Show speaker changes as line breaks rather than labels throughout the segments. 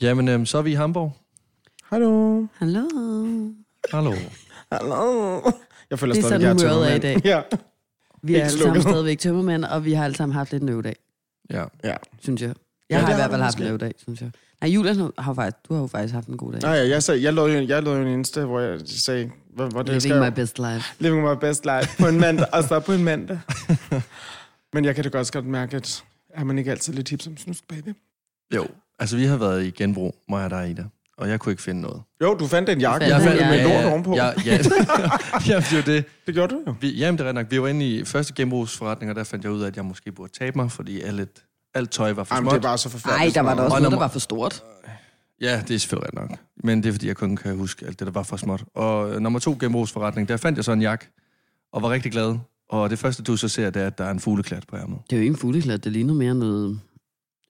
Jamen, øhm, så er vi i Hamburg.
Hallo.
Hallo.
Hallo.
Hallo. Jeg føler
Det er
stadig,
sådan,
jeg
humøret er
tømmermand.
i dag.
Ja.
Vi er
Ikke
alle sammen
slukket.
stadigvæk tømmermænd, og vi har alle sammen haft lidt en øvedag,
Ja.
synes jeg.
Ja,
Jeg ja, har
det
i
har
hvert
du
fald haft en
måske.
øvedag, synes jeg. Nej, Julian har- har faktisk, du har jo faktisk haft en god dag.
Nej, ja, jeg, sagde, jeg, lå jo, jeg lå jo en insta, hvor jeg sagde, hvor, hvor det jeg
Living
skrev,
my best life.
living my best life på en mandag, og så på en mandag. Men jeg kan da godt godt mærke, at er man ikke altid lidt hip som snusk, baby?
Jo. Altså, vi har været i genbrug, mig og dig, Ida. Og jeg kunne ikke finde noget.
Jo, du fandt en jakke
Jeg
med,
fandt-
med
ja,
lort ovenpå.
Ja, ja. Jamen, det er jo det.
Det gjorde du jo.
Vi, jamen, det er ret nok. Vi var inde i første genbrugsforretning, og der fandt jeg ud af, at jeg måske burde tabe mig, fordi alt, alt tøj var for
Jamen,
småt.
det er bare så forfærdeligt.
Nej, der var der også
Og
noget, der
nummer-
var for stort.
Ja, det er selvfølgelig ret nok. Men det er, fordi jeg kun kan huske alt det, der var for småt. Og øh, nummer to genbrugsforretning, der fandt jeg så en jakke, og var rigtig glad. Og det første, du så ser, det er, at der er en fugleklat på ærmet.
Det er jo ikke en fugleklat, det ligner mere noget...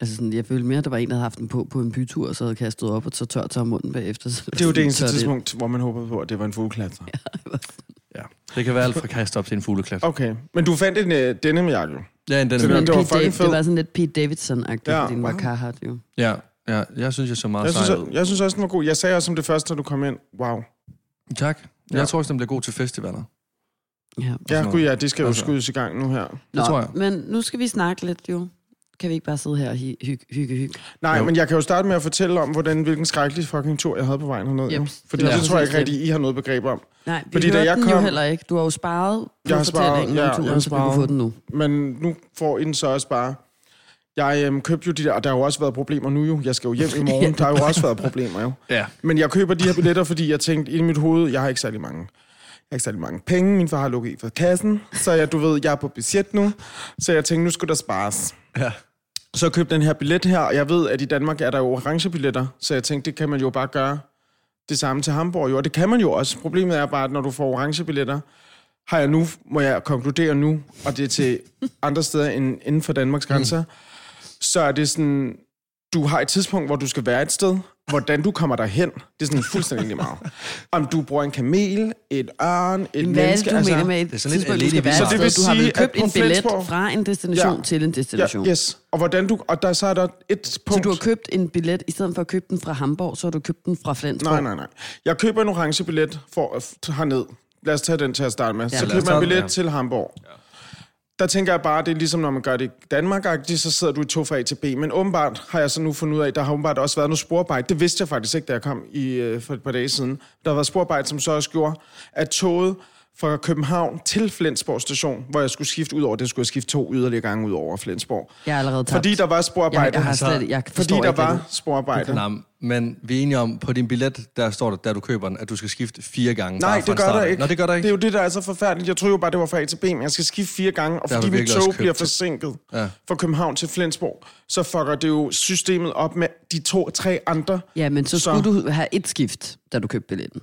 Altså sådan, jeg følte mere, at der var en, der havde haft den på på en bytur, og så havde kastet op og så tørt sig om munden bagefter. Så
Det er jo det eneste
tør
tidspunkt, hvor man håbede på, at det var en fugleklatrer.
Ja. Det kan være alt fra kastop til en fugleklat.
Okay, men du fandt en uh, denim jakke.
Ja, en den
Så
er
det-
med.
Men
det var
Pete
fucking
Dav-
fed.
det var sådan lidt Pete Davidson-agtigt,
Ja,
ja, fordi den var
wow.
Carhartt jo.
Ja, ja, jeg synes, jeg så meget
Jeg synes,
sejt
jeg,
ud.
jeg synes også, den var god. Jeg sagde også som det første, når du kom ind. Wow.
Tak. Jeg
Ja.
tror også, den bliver god til festivaler.
Ja.
Ja,
noget.
gud ja, det skal jo
Altså.
skydes i gang nu her.
Det tror jeg.
Men nu skal vi snakke lidt jo. Kan vi ikke bare sidde her og hy- hygge, hygge, hygge?
Nej,
Jo.
jo. men jeg kan jo starte med at fortælle om, hvordan, hvilken skrækkelig fucking tur, jeg havde på vejen herned. Yep.
Yep.
Fordi
Det
det,
var
det tror jeg
præcis
ikke rigtig, I har noget begreb om.
Nej, vi
Fordi da
hørte
jeg
den jo
kom-
heller ikke. Du har jo sparet på
Jeg har sparet,
fortællingen
ja,
om
jeg har
turen, så vi kunne
sparet.
få den nu.
Men nu får I den så også bare... Jeg øhm, købte jo de der, og der har jo også været problemer nu jo. Jeg skal jo hjem i morgen. Der har jo også været problemer jo.
Ja.
Men jeg køber de her billetter, fordi jeg tænkte i mit hoved, jeg har ikke særlig mange. Jeg har ikke særlig mange penge. Min far har lukket i for kassen. Så jeg, du ved, jeg er på budget nu. Så jeg tænkte, nu skulle der spares.
Ja.
Så købte den her billet her, og jeg ved, at i Danmark er der jo orange billetter, så jeg tænkte, det kan man jo bare gøre det samme til Hamburg. Jo, og det kan man jo også. Problemet er bare, at når du får orange billetter, har jeg nu, må jeg konkludere nu, og det er til andre steder end inden for Danmarks grænser, mm. så er det sådan, du har et tidspunkt, hvor du skal være et sted, hvordan du kommer derhen, det er sådan fuldstændig lige meget. Om du bruger en kamel, et ørn, et
Hvad er det,
menneske, altså-
du mener med
det er
et
sådan lidt
tidspunkt, du skal
alene
være
vildmark.
et
Så
det vil
sted? Du har vel
sige, at
købt
på
en billet
Flensborg-
fra en destination
Ja.
til en destination.
Ja, yes. Og hvordan du, og der så er der et punkt...
Så du har købt en billet, i stedet for at købe den fra Hamburg, så har du købt den fra Flensborg.
Nej, nej, nej. Jeg køber en orange billet for at f- herned. Lad os tage den til at starte med. Ja,
Ja.
så
Lad os
køber jeg
tage
en
den,
billet
ja.
ja. til Hamburg. Ja. Der tænker jeg bare, det er ligesom når man gør det i danmark så sidder du i tog fra A til B. Men åbenbart har jeg så nu fundet ud af, der har åbenbart også været noget sporarbejde. Det vidste jeg faktisk ikke, da jeg kom i, øh, for et par dage siden. Der har været sporarbejde, som så også gjorde, at toget fra København til Flensborg station, hvor jeg skulle skifte ud over, det skulle jeg skifte to yderligere gange ud over Flensborg.
Jeg er allerede tabt.
Fordi der var sporarbejde.
jeg, jeg har slet, jeg
fordi
forstår
der
ikke, hvad
var
du-
sporarbejde.
Nej, men vi er enige om, på din billet, der står der, der du køber den, at du skal skifte fire gange.
Nej,
bare fra
det gør
start
der
af.
ikke.
Nå, det gør der ikke.
Det er jo det, der er så forfærdeligt. Jeg troede jo bare, det var fra A til B, men jeg skal skifte fire gange, og
har
fordi
du
mit
virkelig også
tog
købt
bliver
det.
forsinket
Ja.
ja. fra København til Flensborg, så fucker det jo systemet op med de to-tre andre.
Ja, men så
Så-
skulle du have et skift, da du købte billetten.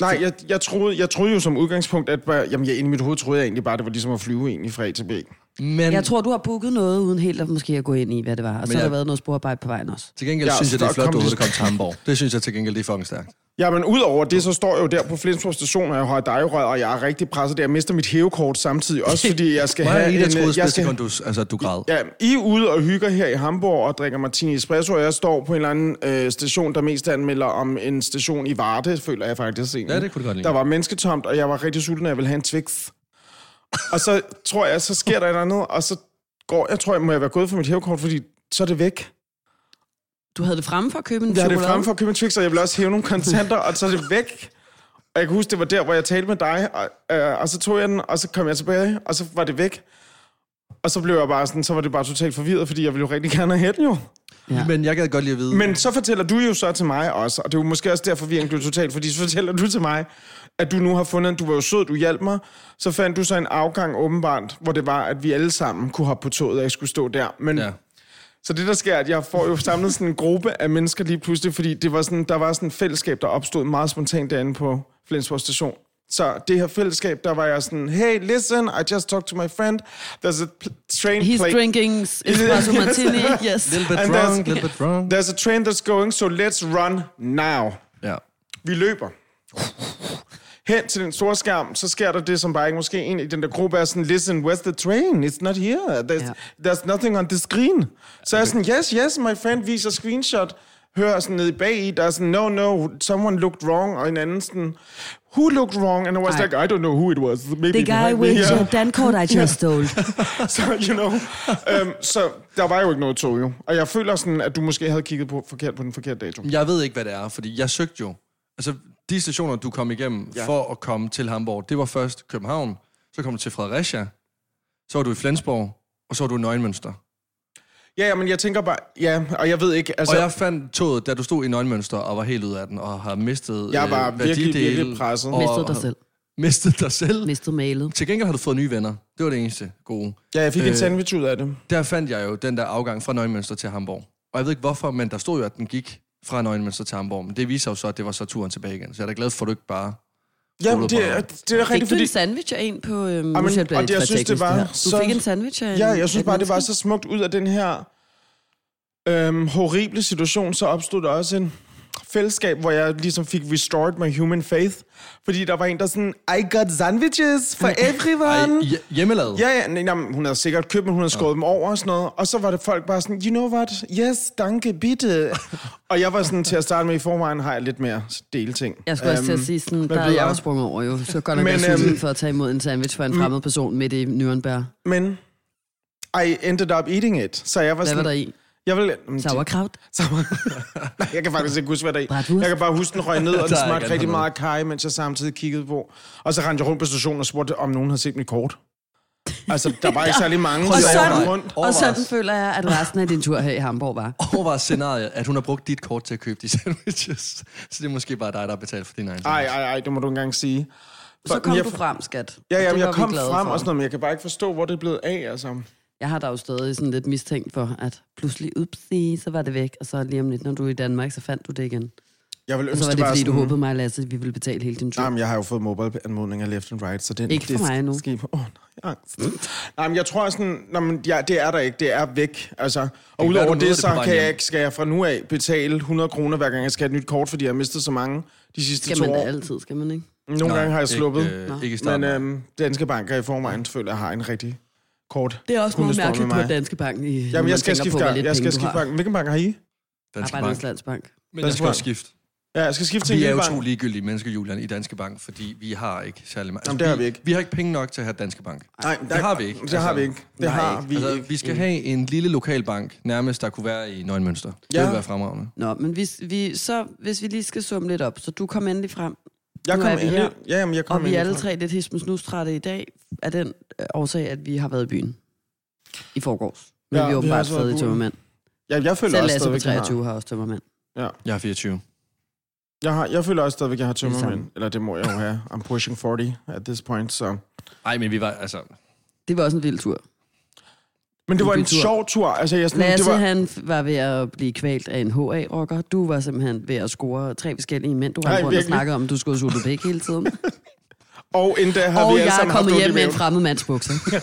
Nej, jeg, jeg, troede, jeg troede jo som udgangspunkt, at bare, jamen, jeg, inde i mit hoved troede jeg egentlig bare, det var ligesom at flyve egentlig fra A til B.
Men
Jeg tror, du har booket noget, uden helt at måske at gå ind i, hvad det var. Og så
jeg-
har der været noget sporarbejde på vejen også.
til gengæld
Ja,
synes jeg, det er
så
flot,
kom
du
de-
overhovedet kom til Hamburg. Det synes jeg til gengæld, det er fucking stærkt.
Jamen, udover det, så står jeg jo der på Flensborg station, og jeg har dejrød, og jeg er rigtig presset der. Jeg mister mit hævekort samtidig, også fordi jeg skal
Mig og
have
Ida troede,
en... Jeg
spidse
skal,
sekund, du, altså, du græd.
Ja, I er ude og hygger her i Hamburg og drikker martini espresso, og jeg står på en eller anden øh, station, der mest anmelder om en station i Varde, føler jeg faktisk egentlig.
Ja, det kunne det godt ligne.
Der var mennesketomt, og jeg var rigtig sulten, og jeg ville have en Twix. og så tror jeg, så sker der et eller andet, og så går jeg, tror jeg, må jeg være gået for mit hævekort, fordi så er det væk.
Du havde det fremme for at købe en
Jeg har det
chokolade?
frem for at købe en Twix, og jeg vil også hæve nogle kontanter, og så er det væk. Og jeg kan huske, det var der, hvor jeg talte med dig, og, øh, og så tog jeg den, og så kom jeg tilbage, og så var det væk. Og så blev jeg bare sådan, så var det bare totalt forvirret, fordi jeg ville jo rigtig gerne have den jo.
Ja.
Men jeg gad godt lige at vide.
Men så fortæller du jo så til mig også, og det er jo måske også der forvirringen blev totalt, fordi så fortæller du til mig, at du nu har fundet, du var jo sød, du hjalp mig, så fandt du så en afgang åbenbart, hvor det var, at vi alle sammen kunne hoppe på toget, og jeg skulle stå der. Men
Ja.
ja. Så det, der sker, er, at jeg får jo samlet sådan en gruppe af mennesker lige pludselig, fordi det var sådan, der var sådan et fællesskab, der opstod meget spontant derinde på Flensborg station. Så det her fællesskab, der var jeg sådan, hey, listen, I just talked to my friend. There's a pl- train
He's
plate.
drinking espresso martini, yes.
Little bit
And
drunk,
there's-
little bit drunk.
There's a train that's going, so let's run now.
Ja.
Vi løber. Hen til den store skærm, så sker der det, som bare ikke måske en i den der gruppe er sådan, listen, where's the train? It's not here. There's,
Ja.
yeah. there's nothing on the screen. Så jeg er sådan, yes, yes, my friend viser screenshot. hører sådan nede bag i, der er sådan, no, no, someone looked wrong, og en anden sådan, who looked wrong? And I was
Ej.
like, I don't know who it was. Maybe
The guy
behind me.
with
Ja.
your dankort I just stole.
Så, you know. øhm, så der var jo ikke noget tog, jo. Og jeg føler sådan, at du måske havde kigget på, forkert på den forkerte dato.
Jeg ved ikke, hvad det er, fordi jeg søgte jo. Altså, de stationer, du kom igennem ja. for at komme til Hamburg, det var først København, så kom du til Fredericia, så var du i Flensborg, og så var du i Nøgenmønster.
Ja, ja, men jeg tænker bare, ja, og jeg ved ikke, altså,
Altså, og
jeg,
jeg fandt toget, da du stod i Nøgenmønster og var helt ud af den, og har mistet øh,
Jeg var
værdidele
virkelig, virkelig presset.
Mistede dig selv.
Mistet dig selv.
Mistede malet.
Til gengæld har du fået nye venner. Det var det eneste gode.
ja, jeg fik øh,
Øh,
en sandwich ud af det.
Der fandt jeg jo den der afgang fra Nøgenmønster til Hamburg. Og jeg ved ikke hvorfor, men der stod jo, at den gik fra Nøgenmønster til Hamburg. Men det viser jo så, at det var så turen tilbage igen. Så jeg er da glad for, at du ikke bare...
Jamen, det,
på
er-
ham.
det er
Fik
rigtigt,
du
fordi...
en sandwich af en på øhm,
og
Jamen,
det, jeg synes, det var
Du
så-
fik en sandwich af en,
Ja, jeg
af
synes
et
bare, det var
menneske?
så smukt ud af den her øhm, horrible situation, så opstod der også en fællesskab, hvor jeg ligesom fik restored my human faith. Fordi der var en, der sådan, I got sandwiches for everyone.
Ej, hj- hjemmelavet.
Ja, ja, nej, nej, men hun havde sikkert købt, men hun havde skåret ja. dem over og sådan noget. Og så var det folk bare sådan, you know what, yes, danke, bitte. og jeg var sådan, til at starte med i forvejen, har jeg lidt mere deleting.
Jeg skulle også til at
Øhm,
sige, sådan,
hvad
der er
ved
jeg
jeg?
også sprunget over jo. Så godt nok
Men,
men, jeg
øhm, mm.
øhm, for at tage imod en sandwich fra en fremmed person midt i Nürnberg.
Men I ended up eating it. Så jeg var
Hvad
sådan...
var der i?
Jeg vil... Jamen, det-
Sauerkraut?
Sauer- Nej, jeg kan faktisk ikke huske, hvad der er i.
Bratwurst?
Jeg kan bare huske, den røg ned, og
Der
den
er ikke
smagte
andet
rigtig
noget.
meget kaj, mens jeg samtidig kiggede på. Og så rendte jeg rundt på stationen og spurgte, om nogen havde set mit kort. Altså, der var ikke særlig mange,
Og
så jeg
sådan,
rendte rundt.
og
Overvejs.
sådan føler jeg, at resten af din tur her i Hamburg var.
Overvej scenariet, at hun har brugt dit kort til at købe de sandwiches. Så det er måske bare dig, der har betalt for din egen
Ej,
sandwich.
ej, ej, det må du ikke engang sige.
Så kom
jeg,
du frem, skat.
Ja,
Og
ja,
det
jeg
var vi
kom
glade
frem
for.
og sådan noget, men jeg kan bare ikke forstå, hvor det er blevet af, altså.
Jeg har da jo stadig sådan lidt mistænkt for, at pludselig, upsi, så var det væk, og så lige om lidt, når du er i Danmark, så fandt du det igen.
Jeg vil
Og
ønske,
så var det,
var
fordi du
sådan,
håbede mig, Lasse, at vi ville betale hele din tur.
Jamen, jeg har jo fået mobile-anmodninger left and right, så det
Ikke for
det,
mig nu.
Skib. Oh, nej, angst. Jamen, jeg tror sådan, nej, men, ja, det er der ikke, det er væk. Altså, og
kan være,
udover
du møder
det,
det
så
på vejen
kan jeg,
hjem.
ikke- skal jeg fra nu af betale 100 kroner, hver gang jeg skal have et nyt kort, fordi jeg har mistet så mange de sidste
skal
to
man da
år.
altid, skal man ikke?
Nogle gange har jeg sluppet.
Ikke, øh, ikke i starten.
men
Men, øh,
øhm, danske banker i forvejen føler, jeg har en rigtig kort.
Det er også meget
kundestrøm med
mærkeligt på
mig.
Danske Bank. I, når
Jamen,
man
jeg skal
tænker på,
skifte
hvor
bank.
lidt
Jeg skal
penge du
skifte
har.
bank. Hvilken bank har I?
Danske
Arbejdernes
Bank.
Landsbank.
Men jeg skal også skifte.
Ja, jeg skal skifte til en
Vi er
ny
jo
bank.
to ligegyldige mennesker, Julian, i Danske Bank, fordi vi har ikke særlig meget. Altså,
Jamen, det har vi ikke.
Vi har ikke penge nok til at have Danske Bank.
Nej,
Det har vi ikke.
Det har vi ikke. Det har vi
altså,
ikke.
vi skal have en lille lokal bank, nærmest der kunne være i Nøgenmønster. Ja. Det
Ja.
ville være fremragende.
Nå, men hvis vi, så, hvis vi lige skal summe lidt op, så du kom endelig frem,
Jeg
Nu
kom
er vi
ind.
her.
Ja, jamen, jeg kom
og vi
ind
er alle
fra-
tre lidt hismens nu trætte i dag, af den øh, årsag, at vi har været i byen i forgårs. Men
Ja,
ja, vi har
vi har
åbenbart
også været i
stadig
byen.
tømmermænd.
Ja, jeg føler
Selv
også
Lasse på
stadigvæk, jeg har-
23 har også tømmermænd.
Jeg er 24.
Jeg, har, jeg føler også stadigvæk, jeg har
er det
tømmermænd. Eller det må jeg jo have. I'm pushing 40 at this point, så...
Nej, men vi var, altså...
Det var også en vild tur.
Men det var en
Hyggelig tur.
sjov tur. Altså, jeg, sådan, det
Lasse, var...
var,
han f- var ved at blive kvalt af en HA-rocker. Du var simpelthen ved at score tre forskellige mænd. Du
Ej,
har rundt og
virkelig.
snakket om, at du skulle suge det pæk hele tiden.
og endda har
og
vi alle
jeg er
sammen
kommet
haft ondt
hjem
i
med en
maven.
fremmed mands bukser.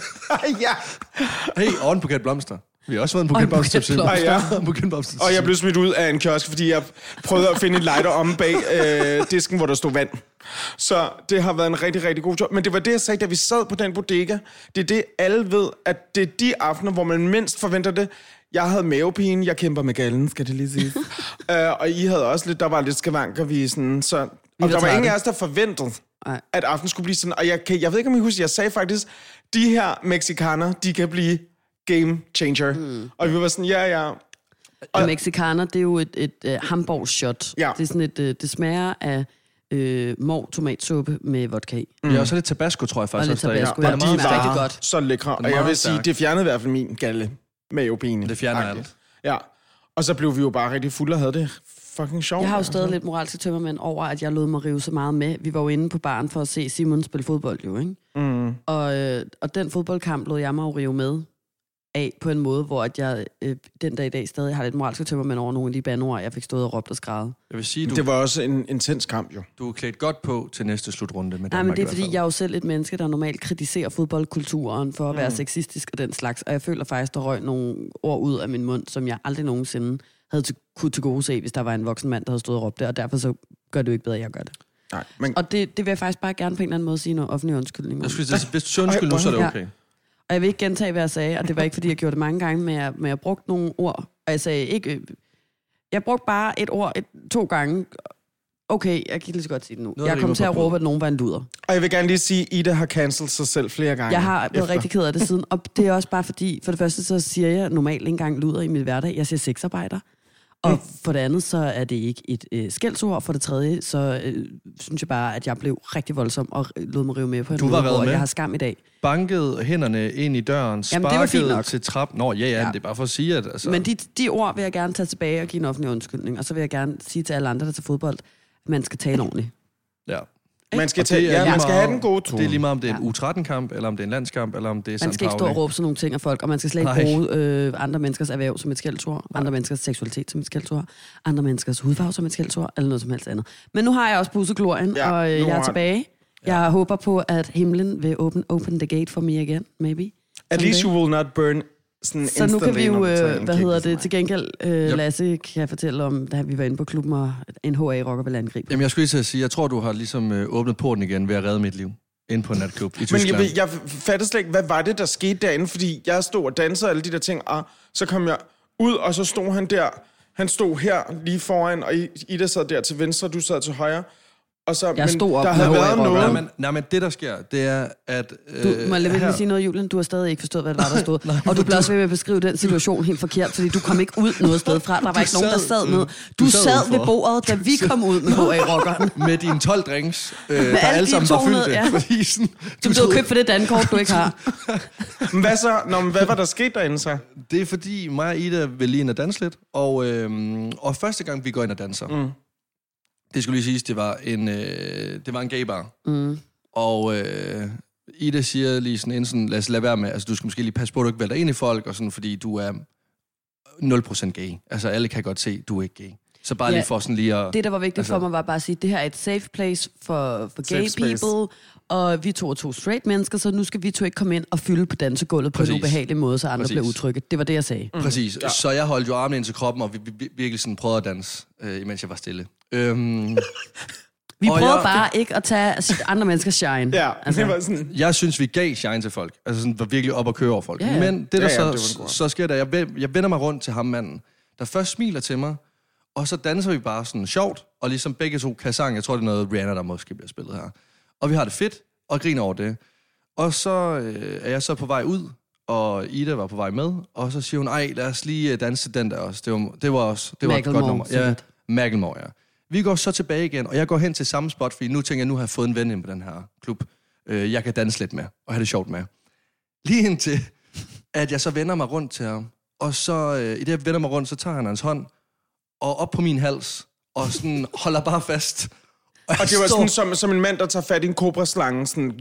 ja.
Hey, og en buket blomster. Vi har også fået en
Og
buket
en
blomster
buket
til.
blomster.
Ej,
En buket blomster
Og jeg
til.
blev smidt ud af en kiosk, fordi jeg prøvede at finde en lighter om bag øh, disken, hvor der stod vand. Så det har været en rigtig, rigtig god tur. Men det var det, jeg sagde, da vi sad på den bodega. Det er det, alle ved, at det er de aftener, hvor man mindst forventer det. Jeg havde mavepine, jeg kæmper med gallen, skal det lige sige. uh, og I havde også lidt, der var lidt skavanker, vi sådan, så... Og der var
trætte.
ingen af os, der forventede,
Ej.
at aftenen skulle blive sådan. Og jeg, kan, jeg ved ikke, om I husker, jeg sagde faktisk, de her mexikanere, de kan blive game changer. Mm. Og vi var sådan, ja, ja,
Og mexikaner, det er jo et, et uh, Hamburg-shot.
Ja.
Det, er sådan et, uh, det smager af uh, mor tomatsuppe med vodka i.
Mm. Ja, og så lidt tabasco, tror jeg
Og
faktisk.
lidt
også, der er i.
tabasco,
Ja,
ja.
Og
det
de
er meget
smager
stærkt.
var
rigtig
rigtig
godt.
godt. så lækre. Og
meget
jeg vil sige,
stærk.
det fjernede i hvert fald min galle med opinen.
Det fjerner alt.
Ja. Og så blev vi jo bare rigtig fulde og havde det fucking sjovt. Altså.
Jeg har jo
altså.
stadig lidt moralske tømmermænd over, at jeg lod mig rive så meget med. Vi var jo inde på baren for at se Simon spille fodbold, jo, ikke? Mm. Og, øh, og den fodboldkamp lod jeg mig jo rive med af på en måde, hvor at jeg øh, den dag i dag stadig har lidt moralske tømmermænd over nogle af de bandeord, jeg fik stået og råbt og skrevet.
Jeg vil sige, du,
Det var også en intens kamp jo.
du er klædt godt på til næste slutrunde med
Nej,
Danmark
men det
i
er
hvert
fordi,
fald.
jeg er jo selv et menneske, der normalt kritiserer fodboldkulturen for at
Mm.
være sexistisk og den slags. Og jeg føler faktisk, der røg nogle ord ud af min mund, som jeg aldrig nogensinde havde til, kunne til gode se, hvis der var en voksen mand, der havde stået og råbt det. Og derfor så gør det jo ikke bedre, at jeg gør det.
Nej, men
Og det, det vil jeg faktisk bare gerne på en eller anden måde sige noget offentlig undskyldning.
Jeg
om.
skulle sige, hvis du siger undskyld nu, så er det
Ja.
okay.
Og jeg vil ikke gentage, hvad jeg sagde, og det var ikke, fordi jeg gjorde det mange gange, men jeg, men jeg brugte nogle ord, og jeg sagde ikke... øh, Jeg brugte bare et ord et, to gange. Okay, jeg kan lige så godt sige det nu.
Noget
Noget jeg kom
rimer
til
på
at
brød.
råbe, at nogen var en luder.
Og jeg vil gerne lige sige, at Ida har cancelled sig selv flere gange.
Jeg har
efter.
været rigtig ked af det siden, og det er også bare fordi, for det første så siger jeg normalt ikke engang luder i min hverdag, jeg siger sexarbejder. Og for det andet, så er det ikke et øh, skældsord. For det tredje, så øh, synes jeg bare, at jeg blev rigtig voldsom og øh, lod mig rive med på en
Du var
måde,
revet
hvor
med?
jeg har skam i dag.
Bankede hænderne ind i døren,
Jamen, det var fint
sparkede
nok.
til trappen. Nå, ja, ja, ja, det er bare for at sige, at... Altså,
Så. Men de, de ord vil jeg gerne tage tilbage og give en offentlig undskyldning. Og så vil jeg gerne sige til alle andre, der tager fodbold, at man skal tale ordentligt.
ja.
Man skal,
Og det
tage,
er lige
ja, man skal
meget-
have den gode tone.
Det er lige meget, om det er en U13-kamp, eller om det er en landskamp, eller om det er
Man skal ikke stå og råbe sådan nogle ting af folk, og man skal slet ikke
Nej.
bruge øh, andre menneskers erhverv som et skældsord, andre menneskers seksualitet som et skældsord, andre menneskers hudfarve som et skældsord, eller noget som helst andet. Men nu har jeg også pusset glorien,
Ja,
ja, og øh,
nu
jeg
har
er
den.
tilbage. Ja. Jeg håber på, at himlen vil open, open the gate for mig igen, maybe.
At least
Someday.
you will not burn sådan
Så nu kan vi jo, øh, hvad hedder det, til
til
gengæld, øh,
Yep.
Lasse kan fortælle om, da vi var inde på klubben, og NHA rocker vil angribe.
Jamen, jeg skulle lige til at sige, jeg tror, du har ligesom øh, åbnet porten igen ved at redde mit liv. Ind på en natklub i
Men
Tyskland.
jeg, ved- jeg fattede slet ikke, hvad var det, der skete derinde, fordi jeg stod og dansede alle de der ting, og så kom jeg ud, og så stod han der. Han stod her lige foran, og I- Ida sad der til venstre, du sad til højre. Og så, men
stod op
der
med
havde
hovedet i
været
røven.
noget.
Nej, men, nej, men det, der sker, det er, at... Øh,
Du, må jeg lige
her-
vil sige noget, Julian? Du har stadig ikke forstået, hvad der var, der stod. og du blev også ved med at beskrive den situation helt forkert, fordi du kom ikke ud noget sted fra. Der var ikke nogen, der
sad- mm.
sad ned.
du
Du,
sad
sad, ved
udenfor.
bordet, da vi kom ud med HA-rockeren.
med dine 12 drinks, øh, der
alle
alle
de
sammen var
200,
fyldte.
ja.
Fordi sådan,
Som du har købt for det dankort, du ikke har.
Men hvad så? Nå, men hvad var der sket derinde så?
Det er fordi mig og Ida vil lige ind og danse lidt, og, øhm, og første gang vi går ind og danser, mm. det skulle lige siges, det var en, øh, det var en gaybar. Mm. Og øh, Ida siger lige sådan, inden sådan, lad os lade være med, altså du skal måske lige passe på, at du ikke vælter ind i folk, og sådan, fordi du er 0% gay. Altså alle kan godt se, du er ikke gay. Så bare ja,
Ja,
lige for sådan lige at...
Det, der var vigtigt altså, for mig, var bare at sige, at det her er et safe place for, for gay
Safe space.
people, og vi to er to straight mennesker, så nu skal vi to ikke komme ind og fylde på dansegulvet på en
Præcis.
ubehagelig måde, så andre
Præcis. Mm.
bliver utrygge. Det var det, jeg sagde.
Præcis. Ja. Så jeg holdt jo armene ind til kroppen, og vi, vi, vi virkelig sådan prøvede at danse, øh, imens jeg var stille. Øhm,
Vi
Og
prøver
jeg-
bare ikke at tage andre menneskers shine.
Ja, altså,
Altså,
det var sådan...
jeg synes, vi gav shine til folk. Altså sådan, var virkelig op og køre over folk.
Ja, ja.
Men det, der
Ja, ja,
så,
det var en god
det
aften.
så sker der, jeg, ven- jeg vender mig rundt til ham manden, der først smiler til mig, og så danser vi bare sådan sjovt, og ligesom begge to kan sang. Jeg tror, det er noget Rihanna, der måske bliver spillet her. Og vi har det fedt, og griner over det. Og så øh, er jeg så på vej ud, og Ida var på vej med, og så siger hun, ej, lad os lige øh, danse til den der også. Det var, det var, også, det var et godt
Macklemore,
nummer. Ja,
sikkert.
Macklemore, ja. Vi går så tilbage igen, og jeg går hen til samme spot, fordi nu tænker jeg, nu har jeg fået en ven ind på den her klub. Øh, jeg kan danse lidt med, og have det sjovt med. Lige indtil, at jeg så vender mig rundt til ham, og så øh, i det, jeg vender mig rundt, så tager han hans hånd, og op på min hals, og sådan holder bare fast. jeg
Og det var
står-
sådan som, som en mand, der tager fat i en kobra-slange. Sådan,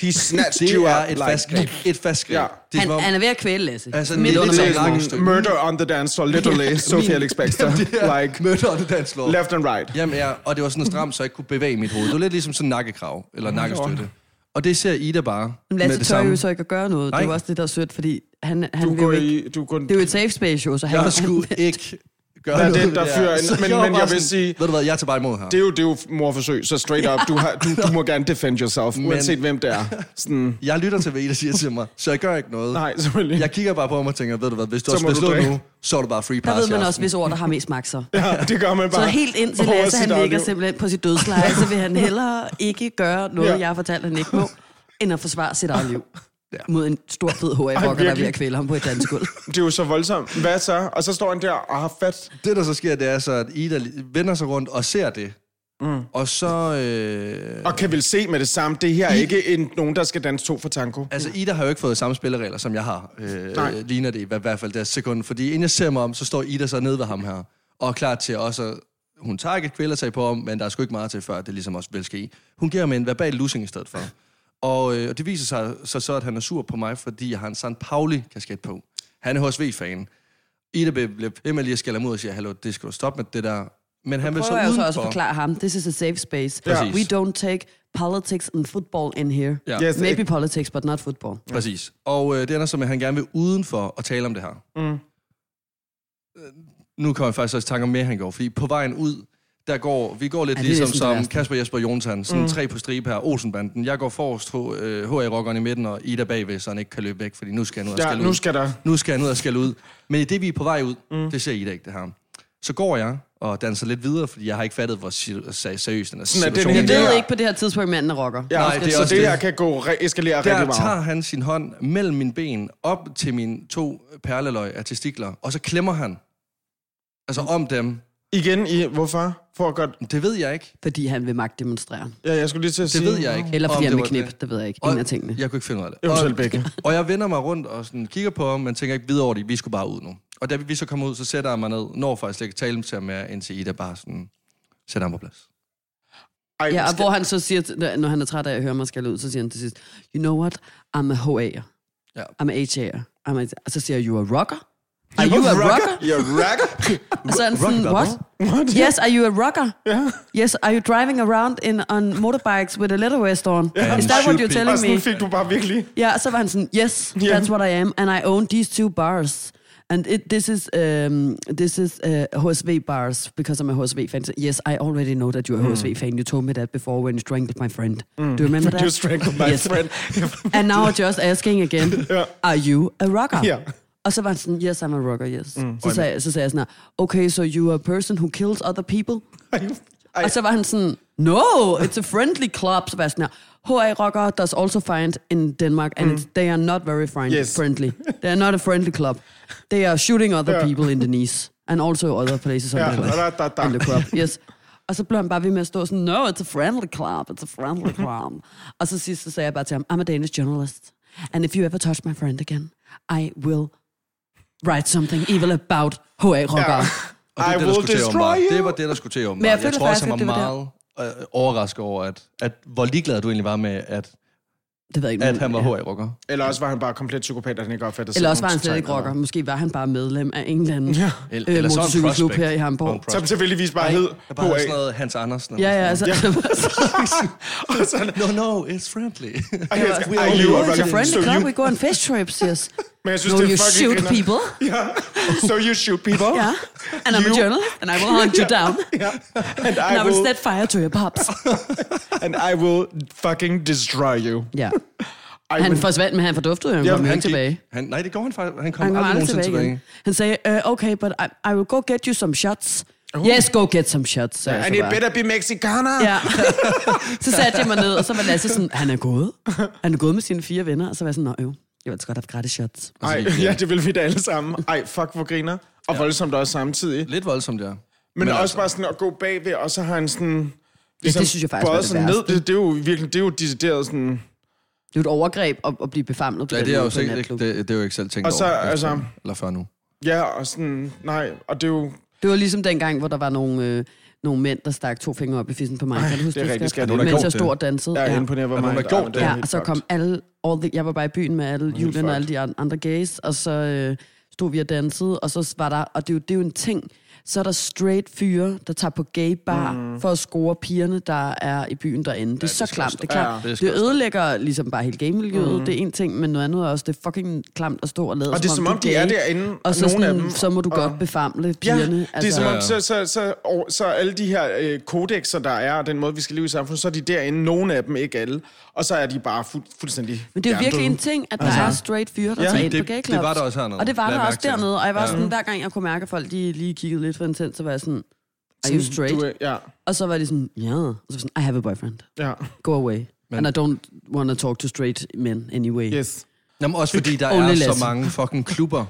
he snatched you
det er
up.
et fast greb. Et fast greb.
Ja.
Det er,
han,
som om-
han er ved at kvæle, Lasse.
Altså,
Midt
lidt
under
til-
Macklemore.
Like,
Langstykke.
murder on the dance floor, literally. Sophie Alex Baxter.
Jamen, det er
Like,
mødte og det dansk lort.
left and right.
Jamen ja, og det var sådan stramt, så jeg ikke kunne bevæge mit hoved. Det var lidt ligesom sådan en nakkekrav, eller nakkestøtte. Og det ser Ida bare med
Men Lasse
det
tør
samme.
jo så ikke at gøre noget. Nej.
Nej.
Det var også det, der er sødt, fordi han, han
Du
vil jo
går
ikke...
i... Du går,
Det er jo et safe space, jo, så han...
Jeg skulle ikke gøre
Lad
noget
den,
ved
der
det
fyrer
her.
en-
Så
men-
var
men
bare
jeg vil
sådan,
sige-
Ved du hvad, jeg tager bare imod her.
det er jo, det er jo morforsøg, så straight up. Du, har, du, du må gerne defend yourself, men, uanset hvem det er. Sådan,
Jeg lytter til, hvad Ida siger til mig, så jeg gør ikke noget.
nej, selvfølgelig.
Jeg kigger bare på ham og tænker, ved du hvad, hvis du
Så
har
må du
spillet slået
drikke.
nu, så er du bare free
Der
pass
ved
i
man også,
aften.
hvis ord, der har mest magt, så.
Ja, det gør man bare.
Så helt indtil
Over
Lasse,
sit
han ligger
eget liv.
simpelthen på sit dødsleje, så vil han hellere ikke gøre noget,
Ja.
jeg har fortalt, han ikke må, end at forsvare sit eget liv mod en stor fed
Ej,
HA-rocker, der er ved
virkelig.
at kvæle ham på et dansk gulv.
Det er jo så voldsomt. Hvad så? Og så står han der og har fat.
Det, der så sker, det er så, at Ida li- vender sig rundt og ser det. Mm. Og så... Øh,
Og kan vel se med det samme, det her er ikke en, nogen, der skal danse to for tango.
Altså, Ida har jo ikke fået samme spilleregler, som jeg har.
Nej.
Øh, ligner det i hver- hvert fald deres sekund. Fordi inden jeg ser mig om, så står Ida så nede ved ham her. Og er klar til også... at- Hun tager ikke et kvælertag på ham, men der er sgu ikke meget til, før det ligesom også vil ske. Hun giver ham en verbal lussing i stedet for. Og, øh, og det viser sig så, så, at han er sur på mig, fordi jeg har en San Pauli-kasket på. Han er HSV-fan. Ida bliver ved med lige at skælde ham ud og siger, hallo, det skal du stoppe med det der. Men han vil så
Prøver jeg jo så også
udenfor-
at forklare ham, this is a safe space.
Præcis.
We don't take politics and football in here.
Ja.
Yes,
Maybe
ikke-
politics, but not football.
Præcis. Og øh, det ender så med, at han gerne vil udenfor og tale om det her. Mm. Nu kommer jeg faktisk også i tanke om mere, han går. Fordi på vejen ud, der går, vi går lidt
Ja,
ja,
det er
ligesom
næsten det
som
værste.
Kasper Jesper Jonsen. Sådan mm. tre på stribe her, Olsenbanden. Jeg går forrest, H- øh, HA-rockeren i midten, og Ida bagved, så han ikke kan løbe væk, fordi nu skal han ud og
Ja,
skal ud
nu skal der...
nu skal han ud og skal ud. Men i det, vi er på vej ud, mm. det ser I da ikke, det her. Så går jeg og danser lidt videre, fordi jeg har ikke fattet, hvor si- seri- seriøst den her
Sådan er den
situation
her
er.
Jeg ved
Ja.
ikke på det her tidspunkt, at manden er rocker.
Ja,
Nej, det er
så
også
det,
det.
her kan gå re- eskalere rigtig
Der
meget.
tager han sin hånd mellem mine ben op til mine to perleløg af testikler, og så klemmer han. Altså om dem.
Igen i, hvorfor? For at gøre...
Det ved jeg ikke.
Fordi han vil magtdemonstrere.
Ja, jeg skulle lige til at
Det
sige...
ved jeg ikke.
Eller fordi
om
han
det
vil
var-
knippe, det ved jeg ikke.
Og-
En af tingene.
Jeg kunne ikke finde ud af det.
Eventuelt
Og,
begge.
og jeg vender mig rundt og sådan kigger på ham, men tænker ikke videre over det. Vi skulle bare ud nu. Og da vi så kommer ud, så sætter jeg mig ned. Når faktisk ikke tale til ham mere, indtil Ida bare sådan sætter ham på plads.
Ej,
Ja, og
skal-
hvor han så siger, til- når han er træt af at høre mig skal ud, så siger han til sidst, you know what, I'm a HA'er.
Ja.
I'm a HA'er. I'm a... Og så siger jeg, you a rocker? Are you a rocker?
You're a rocker.
Og så er han sådan,
Rocker,
what?
What?
Yes, are you a rocker?
Ja.
Yes, are you driving around in on motorbikes with a leather vest on?
Yeah.
Is that what you're
Shoot
Og
telling
sådan
me?
fik du bare virkelig...
Ja, og så var han sådan, yes,
Ja.
that's what I am, and I own these two bars. And it, this is um, this is uh, HSV bars because I'm a HSV fan. So, yes, I already know that you're a HSV fan. You told me that before when you strangled my friend. Do you remember that?
Mm. You strangled my
Yes.
friend.
And now I'm just asking again, are you a rocker?
Ja.
Og så var han sådan, yes, I'm a rocker, yes. Mm. Så, sagde, så sagde jeg sådan, okay, so you are a person who kills other people?
Ej,
Og så var han sådan, no, it's a friendly club. Så var jeg sådan her, HA rocker does also find in Denmark, and it's, they are not very friend-
Mm. Yes.
friendly. They are not a friendly club. They are shooting other
Ja.
people in the knees, and also other places on
Ja,
the,
da, da, da.
in the club. Yes. Og så blev han bare ved med at stå sådan, no, it's a friendly club, it's a friendly club. og så sidst så sagde jeg bare til ham, I'm a Danish journalist, and if you ever touch my friend again, I will write something evil about HA-rockere. Ja.
Og det,
I
var det, der
will
skulle til
destroy
åbenbart.
you.
det var det, der skulle til åbenbart.
Men jeg
jeg,
følte
tror også,
faktisk,
han var
at
meget øh, overrasket over, at, at, hvor ligeglad du egentlig var med, at,
Det ved jeg ikke.
at
men-
han var
ja.
HA-rocker.
Eller også var han bare komplet psykopat, at han ikke opfattede
Eller
sig
også var han
nogen
slet ikke
tegn,
rocker. Måske var han bare medlem af en eller anden
Ja.
ja.
Eller-
øh,
eller så en
motorcykelklub
prospect.
her i Hamburg.
Og en
Som
prospect.
tilfældigvis bare hed...
Der bare havde
HA.
sådan noget Hans Andersen. eller
Ja,
sådan
ja,
noget.
altså.
Og sådan-
No, no, it's friendly.
Ej, jeg elsker-
We are
Oh,
Ej,
all
you
you
are
are
It's a
rocker.
friendly
So
club,
you-
we go on fish trips, yes.
Men jeg synes,
No,
det er
you
fucking
shoot
griner.
people.
Ja. So you shoot people.
Yeah. And I'm a
You-
journalist, and I will hunt you down.
Ja. And I,
And I will
will,
set fire to your pops.
and I will fucking destroy you.
Ja.
Ej,
Han
men-
forsvandt, men han forduftede jo. Han kom jo ikke
gik-
tilbage.
Han, nej, det går han faktisk. Han kom,
Han kom
aldrig
aldrig
nogensinde
tilbage igen.
tilbage.
Han sagde, uh, okay, but I, I will go get you some shots. Yes, go get some shots, sagde jeg
And
så
it
altså bare.
better be Mexicaner.
Ja. så satte jeg mig ned, og så var Lasse sådan, han er gået. Han er gået med sine fire venner, og så var jeg sådan, nå jo, jeg vil altså godt have haft gratis shots.
Ej,
Altså,
ja, det vil vi da alle sammen. Ej, fuck, hvor griner. Og ja. voldsomt også samtidig.
Lidt voldsomt, ja.
Men, Men også
altså-
bare sådan at gå bagved, og så har han sådan... ligesom
synes jeg faktisk var
bøjet
det
sig ned.
værste.
Det, det, er jo virkelig, det er jo decideret sådan...
Det er jo et overgreb at, at blive befamlet på
Ja,
den
det er
måde
jo
på en
ikke,
natklub.
det, det er jo ikke selv tænkt
Og så,
over.
altså-
Eller før nu.
Ja, og sådan... Nej, og det er jo...
Det var ligesom dengang, hvor der var nogle, øh, nogle mænd, der stak to fingre op i fissen på mig. Kan du huske
det er rigtig skat.
skat?
Der er
nogen, der
Mens jeg
gjorde
stod og dansede.
Jeg er inde på det, hvor
Er nogen,
meget...
der gjorde
Ej, men
det?
er
ja,
helt
og så
fucked.
kom alle... All the, jeg var bare i byen med alle Julian og alle de an- andre gays, og så øh, stod vi og dansede, og så var der... Og det er jo, det er jo en ting. Så er der straight fyre, der tager på gay bar mm. for at score pigerne, der er i byen derinde. Det er så klamt, det er klart.
Ja, det
det,
skal
det ødelægger ligesom bare hele game-miljøet, mm. det er en ting, men noget andet er også, det er fucking klamt at stå og lade
Og det er som om,
du
de er
gay.
derinde,
Og så,
nogle af
sådan,
dem,
så må du
og-
godt befamle
Ja,
pigerne. altså-
det er som om,
ja.
så, så, så, og, så alle de her øh, kodexer, der er, og den måde, vi skal leve i samfundet, så er de derinde, nogle af dem, ikke alle. Og så er de bare fuld, fuldstændig
Men det er jo
hjernedøde.
virkelig en ting, at der altså. er straight fyre,
Ja.
der ja, tager
Det-
ind på
det-
gay clubs.
det var der også hernede.
Og det var
Lad
der
mærke
også
til.
dernede. Og jeg var
Ja.
ja. sådan, hver gang jeg kunne mærke, at folk de lige kiggede lidt for intens, så var jeg sådan, are you straight?
Du er- ja,
Og så var de sådan, ja. Yeah. Og så var jeg sådan, I have a boyfriend.
ja,
Go away. Men. And I don't want to talk to straight men anyway.
yes.
Jamen også fordi, der
Only
er så
Lasse.
mange fucking klubber,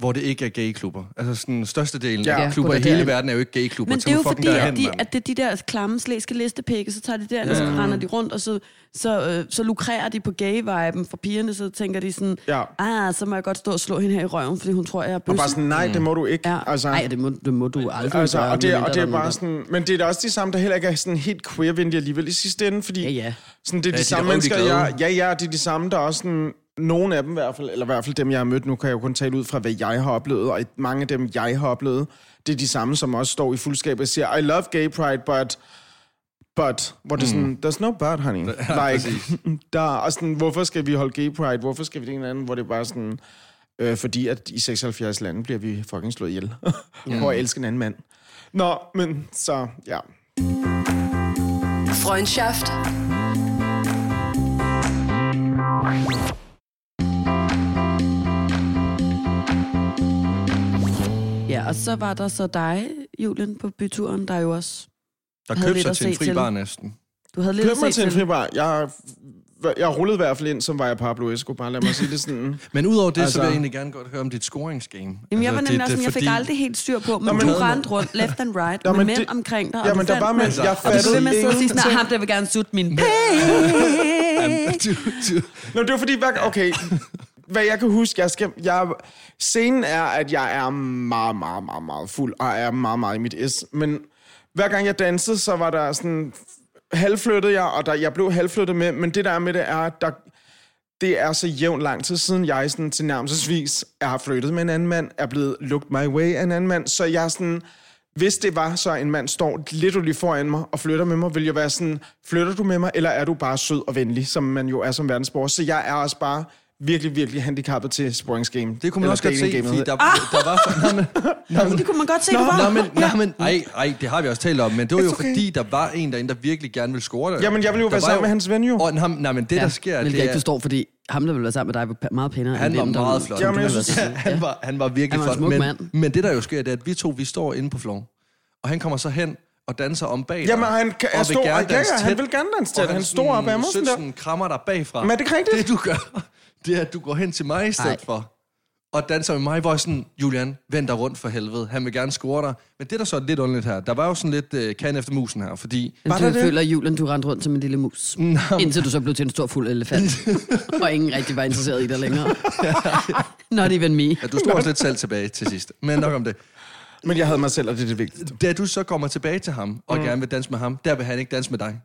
hvor det ikke er gay-klubber. Altså sådan størstedelen
Ja.
ja,
Ja,
af klubber i
gå
hele
derhen.
verden er jo ikke gay-klubber.
Men
Så
det er jo
hvor fucking
fordi, at,
derhen,
de,
mand?
at det er de der klamme slæske listepikke, så tager de der, og så render de rundt, og så, så, øh, så lukrerer de på gay-viben fra pigerne, så tænker de sådan,
Ja.
ah, så må jeg godt stå og slå hende her i røven, fordi hun tror, jeg er bøsse.
Og bare sådan, nej, det må du ikke.
Ja. Altså, Ej, det må, det må du aldrig
Altså,
gøre.
og det, er-
medmindre
og det
der
er
nogen,
bare
der-
sådan, men det er da også de samme, der heller ikke er sådan helt queer-venlige alligevel i sidste ende, fordi
Ja, ja.
sådan, det er de,
de er
samme
da
mennesker,
rigtig
jeg, ja, ja, det er de samme, der er også sådan, nogle af dem i hvert fald, eller i hvert fald dem, jeg har mødt, nu kan jeg jo kun tale ud fra, hvad jeg har oplevet, og mange af dem, jeg har oplevet, det er de samme, som også står i fuldskab og siger, I love gay pride, but... But, hvor det er sådan, there's no but, honey. Like, der, er- og sådan, hvorfor skal vi holde gay pride? Hvorfor skal vi det ene eller andet? Hvor det er bare sådan, øh, fordi at i 76 lande bliver vi fucking slået ihjel. Hvor jeg elsker en anden mand. Nå, men så, ja.
Freundschaft.
Ja, og så var der så dig, Julian, på byturen, der jo også...
Der
havde
købte
lidt
sig
at
til en
se
fri
til.
bar næsten.
Du havde lidt
Køb mig
at se
til en fribar. Jeg, jeg rullede i hvert fald ind, som var jeg Pablo Escobar. Lad mig sige det sådan.
Men udover det, altså, så
Altså-
vil jeg egentlig gerne godt høre om dit scoringsgame. Altså,
Jamen, jeg var
det-
nemlig også
det er
sådan, jeg fik
fordi-
aldrig helt styr på, men,
men-
du rendte rundt left and right
Nå,
med
men
mænd
det-
omkring dig, og
Jamen,
du
der var mænd.
altså.
Jeg
Og
Og du blev ved med at
fattede
sidde og sige, sådan, "Nå,
ingenting.
ham der vil gerne sutte min pæk.
Jamen, du, du,
Nå, det var fordi, hver, okay, hvad jeg kan huske, jeg skal, jeg, scenen er, at jeg er meget, meget, meget, meget fuld, og er meget, meget i mit S, men hver gang jeg dansede, så var der sådan, halvflyttet jeg, og der, jeg blev halvflyttet med, men det der er med det er, at der, det er så jævnt lang tid siden, jeg sådan tilnærmelsesvis har flyttet med en anden mand, er blevet looked my way af en anden mand, så jeg er sådan, hvis det var, så en mand står literally foran mig og flytter med mig, vil jeg være sådan, flytter du med mig, eller er du bare sød og venlig, som man jo er som verdensborger? Så jeg er også bare virkelig, virkelig handicappet til Sporings Game.
det kunne man også godt se, fordi der, der var... Nej, men,
Det kunne man godt se, du var.
nej, men, nej, men ej, ej, det har vi også talt om, men det var jo
It's okay.
fordi, der var en derinde, der virkelig gerne ville score dig.
Jamen, jeg ville jo
Der
være
var
sammen med hans ven jo.
Og, ham, nej, men det, der sker,
Men
det
jeg ikke
er...
forstår, fordi ham, der ville være sammen med dig, var pa- meget pænere.
Han
end
var
hvem, der
meget
ville-
flot.
som
Jamen,
du
jeg
ville
synes-
være sammen med.
Han var, han var virkelig
Han var
flot.
en smuk
men,
mand.
men det, der jo sker, det er, at vi to, vi står inde på floor, og han kommer så hen og danser om bag dig.
Jamen, han kan-
og
jeg
vil
står-
gerne
ja,
danse
ja, han
tæt,
vil gerne danse
og
tæt. Han står op ad mig, sådan
sådan
der.
der. krammer dig bagfra.
Men er det ikke rigtigt?
Det, du gør, det er, at du går hen til mig i stedet
Ej.
for. Og danser med mig, hvor jeg sådan, Julian, vend dig rundt for helvede. Han vil gerne score dig. Men det, der så er lidt underligt her, der var jo sådan lidt øh, kan efter musen her, fordi...
Jamen,
der
du
det?
føler, at julen, du rendte rundt som en lille mus. Indtil du så blev til en stor fuld elefant. og ingen rigtig var interesseret i dig længere. Not even me.
Ja, du står også lidt selv tilbage til sidst. Men nok om det.
Men jeg havde mig selv, og det er det vigtigste.
Da du så kommer tilbage til ham, og mm. gerne vil danse med ham, der vil han ikke danse med dig.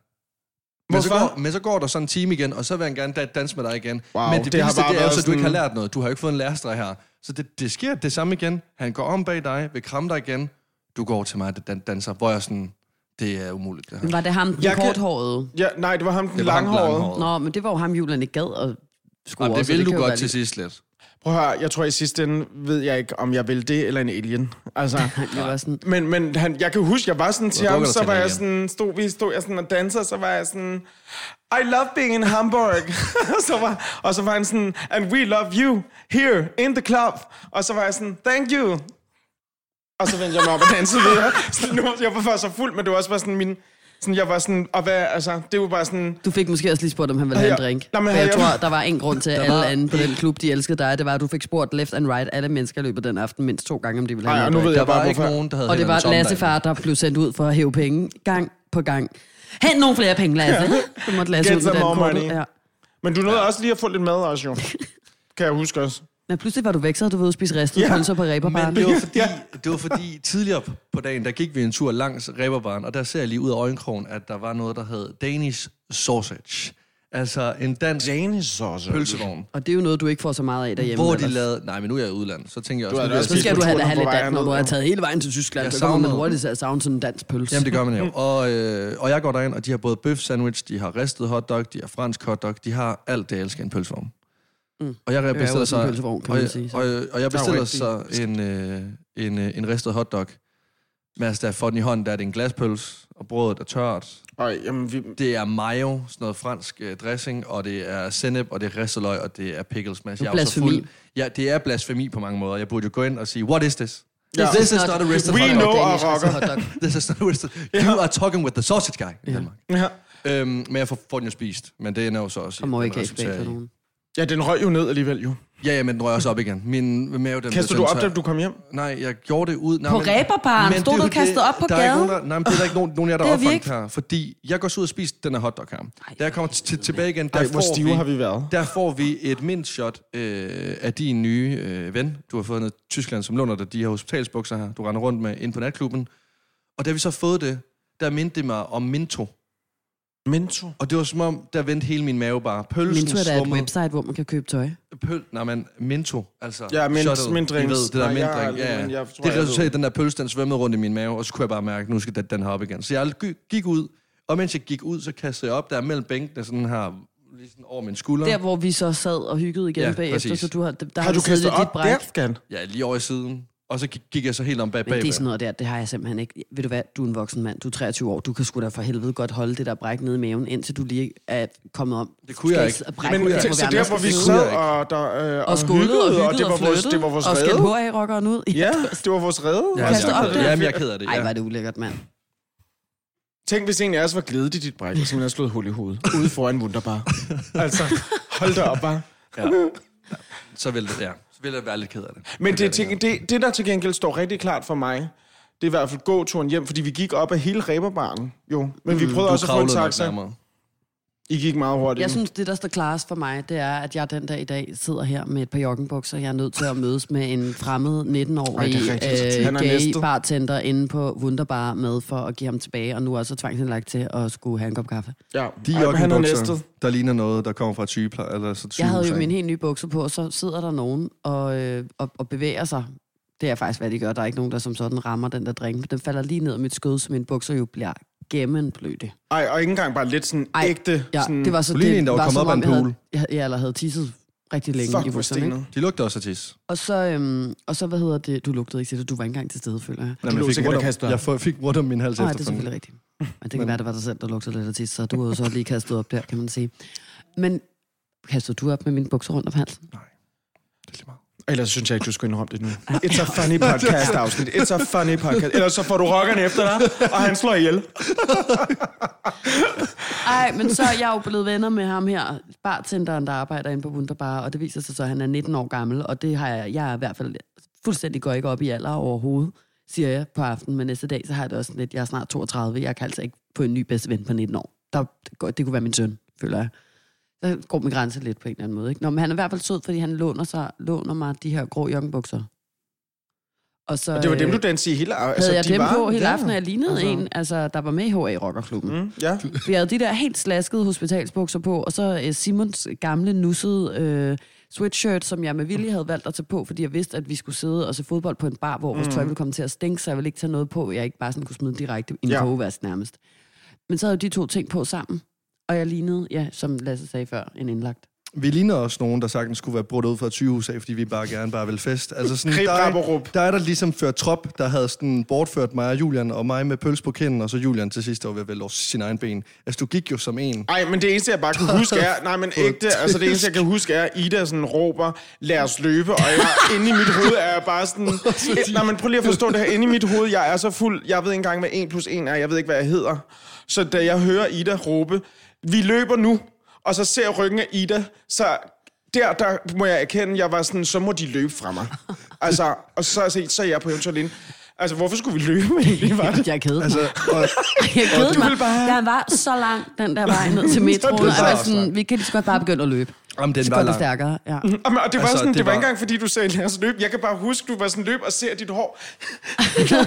Men så,
Hvorfor?
går, men så går der sådan en time igen, og så vil han gerne da- danse med dig igen.
Wow,
men det,
det har
vildeste,
bare
det er jo,
været
så, at du ikke har
sådan-
lært noget. Du har jo ikke fået en lærestreg her. Så det, det sker det samme igen. Han går om bag dig, vil kramme dig igen. Du går over til mig, der dan- danser, hvor jeg sådan, det er umuligt det her.
Var det ham, den
Jeg kan-
korthårede?
Ja, nej, det var ham, den
Det var ham, den
langhårede.
langhårede.
Nå, men det var jo ham, julen ikke gad at score.
Jamen, det
så
ville du
kan jo
godt
være
til
lidt-
sidst lidt.
Prøv at høre, jeg tror i sidste ende ved jeg ikke, om jeg vil det eller en alien. Altså,
Det var sådan,
men, men han, jeg kan huske, jeg var sådan til
Hvor
ham,
dukker du
så
til
var
en
jeg
alien?
sådan, stod, vi stod jeg sådan og danser, så var jeg sådan, I love being in Hamburg. så var, og så var han sådan, and we love you here in the club. Og så var jeg sådan, thank you. Og så vendte jeg mig op og dansede videre. Så nu, jeg var først så fuld, men det var også bare sådan min... Sådan, jeg var sådan, og hvad, altså, det var bare sådan,
du fik måske også lige spurgt, om han ville have en
Ja.
drink.
Nå, men
For
har
jeg
jeg-
tror, der var en grund til, at
var-
alle andre på den klub, de elskede dig. Det var, at du fik spurgt left and right alle mennesker i løbet af den aften mindst to gange, om de ville have
Ej, og
en
nu
drink.
ved
Der
jeg
var
bare,
ikke
hvorfor.
nogen, der havde
Og det
hænderne
var
tomme
Lasse
derinde.
far, der blev sendt ud for at hæve penge gang på gang. Hent nogle flere penge, Lasse. Du måtte Lasse
Get
ud med
some
den
more
kortet.
money.
Ja.
Men du nåede også lige at få lidt mad også, jo. Kan jeg huske også.
Men pludselig var du væk, så havde du ved at spise ristet
Ja,
yeah. pølser på Reberbaren.
Men det var, fordi, det var fordi, tidligere på dagen, der gik vi en tur langs Reberbaren, og der ser jeg lige ud af øjenkrogen, at der var noget, der hed Danish Sausage. Altså en dansk
Danish sausage.
pølsevogn,
Og det er jo noget, du ikke får så meget af derhjemme.
hvor de
ellers.
lavede... Nej, men nu er jeg i udlandet, så tænker jeg
Du
også...
har
nu
da
vil
også
jeg
Så skal du have,
På
have lidt
vej
dansk, når
herned,
du har
ja.
taget hele vejen til Tyskland.
Jeg
så kommer man
savner-
hurtigt til at savne sådan en dansk pølse.
Jamen, det gør man jo. Og, øh, og jeg går derind, og de har både bøf sandwich, de har ristet hotdog, de har fransk hotdog, de har alt det, jeg elsker i en pølsevogn. Mm. Og jeg
Det er jo
bestiller
også
så...
en pølsevogn, kan
og,
man sige, så.
Og, og jeg
Der er jo
bestiller så en, øh, en, øh, en ristet hotdog. Men altså, der får den i hånden, der er det en glaspøls, og brødet er tørt.
Ej, jamen, vi,
Det er mayo, sådan noget fransk øh, dressing, og det er sennep, og det er risteløg, og det er pickles mash.
Det er
jo
blasfemi.
Ja, det er blasfemi på mange måder. Jeg burde jo gå ind og sige, what is this?
Ja.
This is not a ristet
We
hotdog.
know our
Danish
rocker.
hotdog.
This is not a ristet. You are talking with the sausage guy i Danmark.
ja.
Øhm, men jeg får, får den jo spist, men det ender jo så også... i,
Og må
at den
ikke have
resulterer
spændt for
i-
nogen.
ja, den røg jo ned alligevel, jo.
Ja, ja, men den røg også op igen. Min mave, den
Kaster
blev
du
sådan
op, da
tør.
du kom hjem?
Nej, jeg gjorde det ud... Nej,
På
men-
Reberbaren?
men
Stod
det er
du
jo
kastet
det.
op på
der Er ikke
gaden?
nogen, der, nej, men det er der ikke nogen, nogen af jer, der
Det
er
har vi
opfanget
ikke.
her. Fordi jeg går så ud og spiser den her hotdog her. Da jeg kommer til- tilbage igen, der
Ej, hvor
får
stive har vi været.
Der får vi et mindst shot øh, af din nye øh, ven. Du har fået noget i Tyskland, som låner dig de her hospitalsbukser her. Du render rundt med ind på natklubben. Og da vi så fået det, der mindte det mig om Minto.
Mento.
Og det var som om, der vendte hele min mave bare. Pølsen
Minto er der et
svummede.
website, hvor man kan købe tøj.
Pøl, nej, men Minto, altså.
Ja, mint-
shuttle,
mintdrinks.
I ved, det der
Nej, jeg har
mintdrink,
aldrig-
ja,
men
ja.
jeg tror,
Det
jeg
resulterede i,
ved.
at den der pølse, den svømmede rundt i min mave, og så kunne jeg bare mærke, nu skal den, den her op igen. Så jeg gy- gik ud, og mens jeg gik ud, så kastede jeg op der mellem bænkene, sådan her, lige sådan over min skulder.
Der, hvor vi så sad og hyggede igen
Ja,
bagefter,
præcis.
så du har, der
Har du
siddet
kastet
i dit
op der,
bræk.
Skan?
Ja, lige over i siden. Og så gik- gik jeg så helt om bag
Men
bag.
det er sådan noget der, det har jeg simpelthen ikke. Ved du hvad, du er en voksen mand, du er 23 år, du kan sgu da for helvede godt holde det der bræk nede i maven, indtil du lige er kommet om.
Det kunne jeg ikke.
Bræk,
Men så, så der, hvor vi
sidde.
sad og, der, øh, og,
og skålede og hyggede
og det var
og
vores,
flyttede,
det var vores
og skældte
redde.
HA-rockeren ud.
Ja, det var vores Altså, redde.
Ja,
Kaste
jeg,
op
er ked af det.
der.
Jamen, jeg er ked af det.
Ej,
Ja.
var det ulækkert, mand.
Tænk, hvis en af os var glædet i dit bræk, og simpelthen havde slået hul i hovedet, ude foran Wunderbar. altså, hold da op, bare.
Så ville det, ja. Så ville jeg være lidt ked af det.
Men det,
er
det, det, det, der til gengæld står rigtig klart for mig, det er i hvert fald gåturen hjem, fordi vi gik op af hele ræberbaren, jo. Men vi prøvede
Du
også at få en
kravlede nok
taxa.
nærmere.
I gik meget hurtigt.
Jeg synes, det der står klarest for mig, det er, at jeg den dag i dag sidder her med et par joggenbukser. Jeg er nødt til at mødes med en fremmed
Ej, det
19-årig
er rigtigt. Han
øh,
er
gay
næstet.
bartender inde på Wunderbar med for at give ham tilbage, og nu også tvangsindlagt til at skulle have en kop kaffe.
ja.
De
Ej, men han er næstet.
joggingbukser, der ligner noget, der kommer fra et sygepleje, eller så
Jeg havde jo mine helt nye bukser på, og så sidder der nogen og, øh, og, og bevæger sig. Det er faktisk, hvad de gør. Der er ikke nogen, der som sådan rammer den der drink. men Den falder lige ned af mit skød, så mine bukser jo bliver gennemblødte.
Ej, og ikke engang bare lidt sådan
Ej,
ægte.
Ja,
sådan,
det var så
Du lignede en, der
det
var
var
kommet
som
op af
om,
en
jeg havde,
pool.
jeg, jeg, eller havde tisset rigtig længe i
Fuck, hvor
bukserne. ikke?
stenet.
De lugter også af tis.
Og så, øhm, og så, hvad hedder det, du lugtede ikke til det, du var ikke engang til stede, føler jeg.
Nå,
Du
men jeg,
lå
fik
sikkert
rundt
og kastede
om, jeg
op.
får- fik rundt om min hals
Nej, det er
efterfølgende.
selvfølgelig rigtigt. Men det kan være, det var dig selv, der lugtede lidt af tis, så du havde så lige kastet op der, kan man sige. Men kastede du op med mine bukser rundt om halsen?
Det er lige meget.
Ellers synes jeg ikke, du skulle indrømme det nu. It's a funny podcast afsnit. It's a funny podcast. Ellers så får du rockeren efter dig, og han slår ihjel.
Nej, men så er jeg jo blevet venner med ham her, bartenderen, der arbejder inde på Wunderbar, og det viser sig så, at han er 19 år gammel, og det har jeg, jeg er i hvert fald fuldstændig går ikke op i alder overhovedet, siger jeg på aftenen, men næste dag, så har jeg det også sådan lidt, jeg er snart 32, jeg kan altså ikke få en ny bedste ven på 19 år. Der, det går- det kunne være min søn, føler jeg. Så går min grænse lidt på en eller anden måde. Ikke? Nå, men han er i hvert fald sød, fordi han låner, sig, låner mig de her grå joggenbukser. Og så,
Og det var dem,
øh,
du dansede i hele aftenen.
havde jeg dem på hele
ja.
aftenen, og jeg lignede
Altså.
altså. en, altså, der var med i HA Rockerklubben.
Mm, ja.
For jeg havde de der helt slaskede hospitalsbukser på, og så øh, Simons gamle, nussede øh, sweatshirt, som jeg med vilje havde valgt at tage på, fordi jeg vidste, at vi skulle sidde og se fodbold på en bar, hvor vores tøj
Mm.
ville komme til at stinke, så jeg ville ikke tage noget på, jeg ikke bare sådan kunne smide direkte i en
Ja.
ja. kogevask nærmest. Men så havde jeg de to ting på sammen, og jeg lignede, ja, som Lasse sagde før, en indlagt.
Vi ligner også nogen, der sagtens skulle være brudt ud fra et sygehus af, fordi vi bare gerne bare vil fest. Altså sådan,
Grib,
der,
grab og
er,
råb.
der er der ligesom ført trop, der havde sådan bortført mig og Julian, og mig med pøls på kinden, og så Julian til sidst der var ved at vælge over sin egen ben. Altså, du gik jo som en.
Ej, men det eneste, jeg bare kan huske er... Nej, men ægte, altså det eneste, jeg kan huske er, Ida sådan råber, lad os løbe, og jeg, inde i mit hoved er jeg bare sådan... Eh, Nej, men prøv lige at forstå det her. Inde i mit hoved, jeg er så fuld. Jeg ved ikke engang, hvad 1 plus 1 er. Jeg ved ikke, hvad jeg hedder. Så da jeg hører Ida råbe, vi løber nu, og så ser jeg ryggen af Ida, så der, der må jeg erkende, jeg var sådan, så må de løbe fra mig. Altså, og så, så, så er jeg på eventuelt inde. Altså, hvorfor skulle vi løbe egentlig, var det?
Jeg kædede mig.
Altså, og,
Jeg
du
kædede mig.
ville bare-
Den var så lang, den der vej ned til metroen. og
Det var
jeg var
også
sådan, vi kan lige så godt bare begynde at løbe.
jamen, den
Så
var
går det
lang.
stærkere, ja.
Jamen, og det var, altså,
Altså,
sådan, det,
det
var
var-
ikke engang, fordi du sagde, lad os løbe. Jeg kan bare huske, du var sådan, løb og ser dit hår.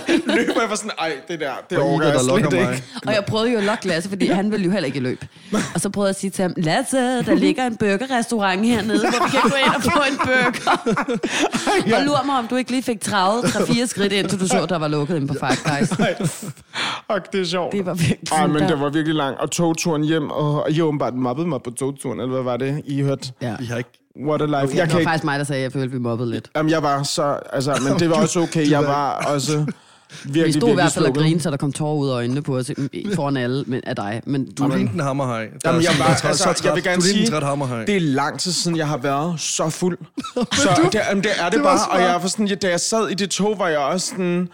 løb, og jeg var sådan, ej, det der, det
Og
overgår
Ida,
jeg
der lokker
slet
mig.
ikke.
Og jeg prøvede jo at lokke Lasse, fordi han ville jo heller ikke løbe. Og så prøvede jeg at sige til ham, Lasse, der ligger en burgerrestaurant hernede, hvor vi kan gå ind og få en burger. Og lur mig, om du ikke lige fik travet 3-4 skridt, indtil du så, der var lukket inde på Five Guys.
Fuck, det er sjovt.
Det var virkelig
Ej,
sådan
men
der.
det var virkelig langt. Og togturen hjem, og, og I har åbenbart mobbet mig på togturen, eller hvad var det, I hørte?
Ja.
Vi har ikke...
What a life. Jeg
Det
kan
var
ikke...
faktisk mig, der sagde, at jeg følte, at vi mobbede lidt.
Jamen, jeg var så... Altså, men det var også okay. Jeg var også virkelig,
Vi stod i hvert fald og
slukket.
grinede, så der kom tårer ud af øjnene på os i- foran alle men, af dig. Men du,
Du lignede en hammerhaj. Der er
Jamen, jeg
sådan,
var,
der er træt- så
altså, jeg
træt.
vil gerne
du lignede
sige,
en træt hammerhaj.
det er lang tid siden, jeg har været så fuld. så det, jamen, det er det, det
var
bare,
smart.
og jeg var sådan, ja, da jeg sad i det tog, var jeg også sådan,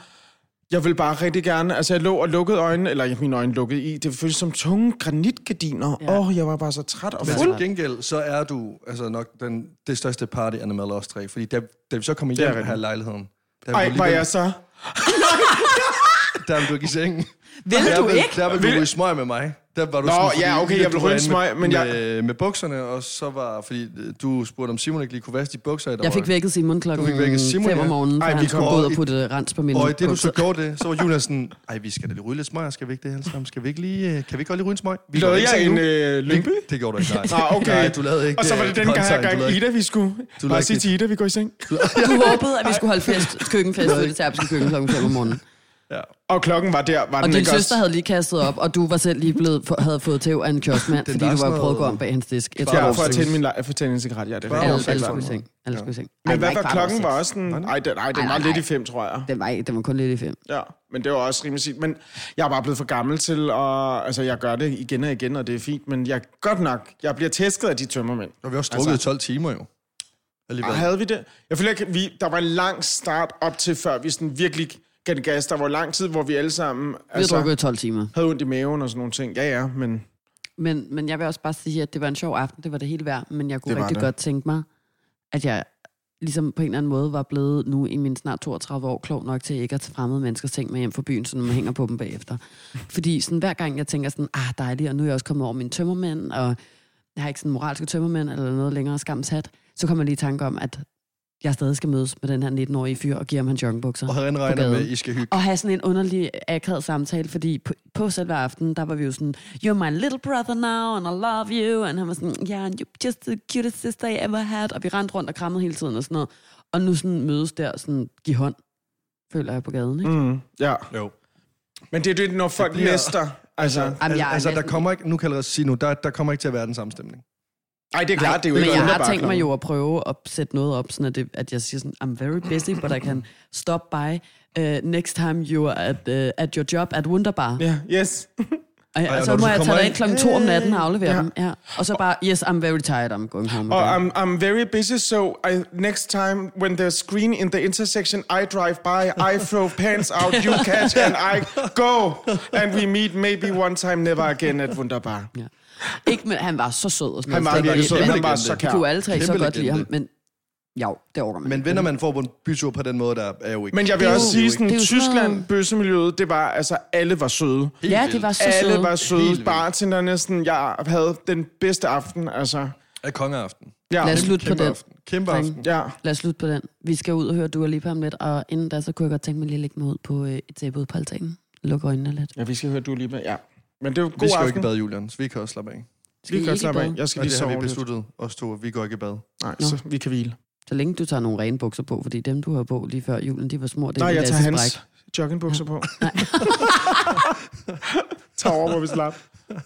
jeg ville bare rigtig gerne, altså jeg lå og lukkede øjnene, eller mine øjne lukkede i, det føltes som tunge granitgardiner. Åh, ja.
Ja.
oh, jeg var bare så træt og
Men
fuld.
til gengæld, så er du altså nok den, det største party animal os tre. Fordi da, da vi så kommer
er
hjem
rigtigt.
her i lejligheden, der
Ej,
vil,
var jeg så...
der vil du ikke i sengen.
vil
Der
du
vil-
ikke?
Der vil du ryge smøg med mig. Der var du
Nå,
sådan, fordi
ja, okay, jeg vil
du var
ryge en
inde
smøg, men
med,
jeg-
Med, øh, med bukserne, og så var... Fordi øh, du spurgte, om Simon ikke lige kunne vaske de bukser i dag.
Jeg fik vækket Simon klokken
Du fik vækket Simon,
5 om
ja.
morgenen, for
Ej, vi
han skulle
kom
gå ud
over
og
i-
putte rens på min
Og i det, du
bukser.
så gjorde det, så var Julian sådan, ej, vi skal da lige ryge lidt smøg, skal vi ikke det, alle sammen? Skal vi ikke lige, øh, kan vi ikke godt lige ryge en smøg? Vi går
Lavede
ikke
jeg
selv
en
nu."
øh, lyngby?
Det, det gjorde du ikke, nej.
Ah, okay.
Nej, du lavede ikke
og så var
øh,
det den gang,
håndtegn, du lavede
gang
ikke-
Ida, vi skulle... Du bare
lavede
sige
ikke-
til Ida, vi går i seng.
Du håbede, at vi skulle holde fest, køkkenfest ved det serbiske køkken kl. 5 om morgenen.
Ja.
Og klokken var der, var
Og
den
din
ikke
søster
også?
havde lige kastet op, og du var selv lige blevet, for, havde fået tæv af en kioskmand,
Den
fordi
der
du
sådan
var prøvet at gå
noget-
om bag hans disk. Jeg tror,
Ja,
ja,
for at tænde min le- for at tænde en cigaret, ja, det er
Bare
alle,
over
rigtigt.
seks
alle skulle i
måneder.
seng. Alle skulle i seng. Ej,
Men hvad
den
var
ikke kvart over
klokken? Var
seks.
også sådan... Ej, den, ej, den
Ej,
var
nej,
lidt
nej.
i fem, tror jeg.
Den var, ikke, den var kun lidt i fem.
Ja, men det var også rimelig sent. Men jeg er bare blevet for gammel til, og altså, jeg gør det igen og igen, og det er fint, men jeg godt nok, jeg bliver tæsket af de tømmermænd.
Og vi har også drukket
Altså-
altså, 12 timer jo. Alligevel.
Og havde vi det? Jeg føler ikke, vi, der var en lang start op til, før vi sådan virkelig gav den gas. Der var lang tid, hvor vi alle sammen
Vi har drukket
altså,
i 12 timer.
havde ondt i maven og sådan nogle ting. Ja, ja, men
Men, men jeg vil også bare sige, at det var en sjov aften. Det var det hele værd. Men jeg kunne
Det var
rigtig
det.
det. godt tænke mig, at jeg ligesom på en eller anden måde var blevet nu i mine snart 32 år klog nok til ikke at tage fremmede menneskers ting med hjem fra byen, så når man hænger på dem bagefter. Fordi sådan, hver gang jeg tænker sådan, ah dejligt, og nu er jeg også kommet over min tømmermænd, og jeg har ikke sådan moralske tømmermænd eller noget længere skamshat, så kommer jeg lige i tanke om, at jeg stadig skal mødes med den her 19-årige fyr og give ham hans joggingbukser.
Og han regner
gaden.
med, at I skal hygge.
Og have sådan en underlig akavet samtale, fordi på, på selve aftenen, der var vi jo sådan, you're my little brother now, and I love you, and han var sådan, yeah, and you're just the cutest sister I ever had, og vi rendte rundt og krammede hele tiden og sådan noget. Og nu sådan mødes der og sådan, give hånd, føler jeg på gaden, ikke? Mm.
mm, ja.
Jo.
Men det er det, når folk det
bliver-
mester. Altså,
Jamen, jeg er
altså, der
næsten-
kommer ikke, nu kan jeg allerede sige nu, der, der kommer ikke til at være den samme stemning.
nej, det er klart, det er jo
men
ikke
jeg har
underbart,
tænkt mig
Lotte.
jo at prøve at sætte noget op, sådan at, det, at jeg siger sådan, I'm very busy, but I can stop by uh, next time you are at, uh, at your job at Wunderbar.
Ja, yes.
Og,
og
og
når
så
du
må
så
jeg
kommer
tage dig
ind-
ind klokken to om natten og aflevere
Ja.
ja. dem. Ja. Og så bare, yes, I'm very tired, I'm going home.
Og
again."
Oh, I'm, I'm very busy, so I, next time when there's green in the intersection, I drive by, I throw pants out, you catch, and I go. And we meet maybe one time, never again at Wunderbar.
Ja. Ikke, men han var så sød og sådan
Han var
noget.
virkelig sød,
Men
han var
legende.
så
Vi
kær.
kunne alle tre
Kæmpe
så godt lide ham,
legende.
men jo, det overgår man.
Men
ikke.
vender man får på en bytur på den måde, der er jo ikke...
Men jeg vil
Det er
også
jo-
sige,
det er
sådan,
jo sådan
Tyskland,
noget-
bøssemiljøet, det var, altså, alle var søde.
Ja, det var så sødt.
Alle var
Helt
søde,
vildt.
bartenderne, sådan, jeg havde den bedste aften, altså.
Af kongeaften.
Ja,
Lad os slutte på
Kæmpe
den.
aften. Kæmpe
Drenge.
aften.
ja.
Lad os slutte på den. Vi skal ud og høre Dua Lipa om lidt, og inden da, så kunne jeg godt tænke mig lige at lægge mig ud på øh, et tæppe ud på altanen. Lukke øjnene lidt.
ja, vi skal høre du lige med, ja. Men det er jo god
Vi skal jo ikke
aften.
i bad, Julian, så vi kan også slappe af.
Skal
vi
I
kan
ikke i
slappe af.
bad?
Jeg skal
Og
lige
det har
sove
vi
lidt.
besluttet, os to, vi går ikke i bad.
Nej,
Nå.
så vi kan hvile.
Så længe du tager nogle rene bukser på, fordi dem, du har på lige før julen, de var små. Det er
Nej,
en
jeg tager
Lasses
hans
bræk.
joggingbukser på. Tag over, hvor vi slap.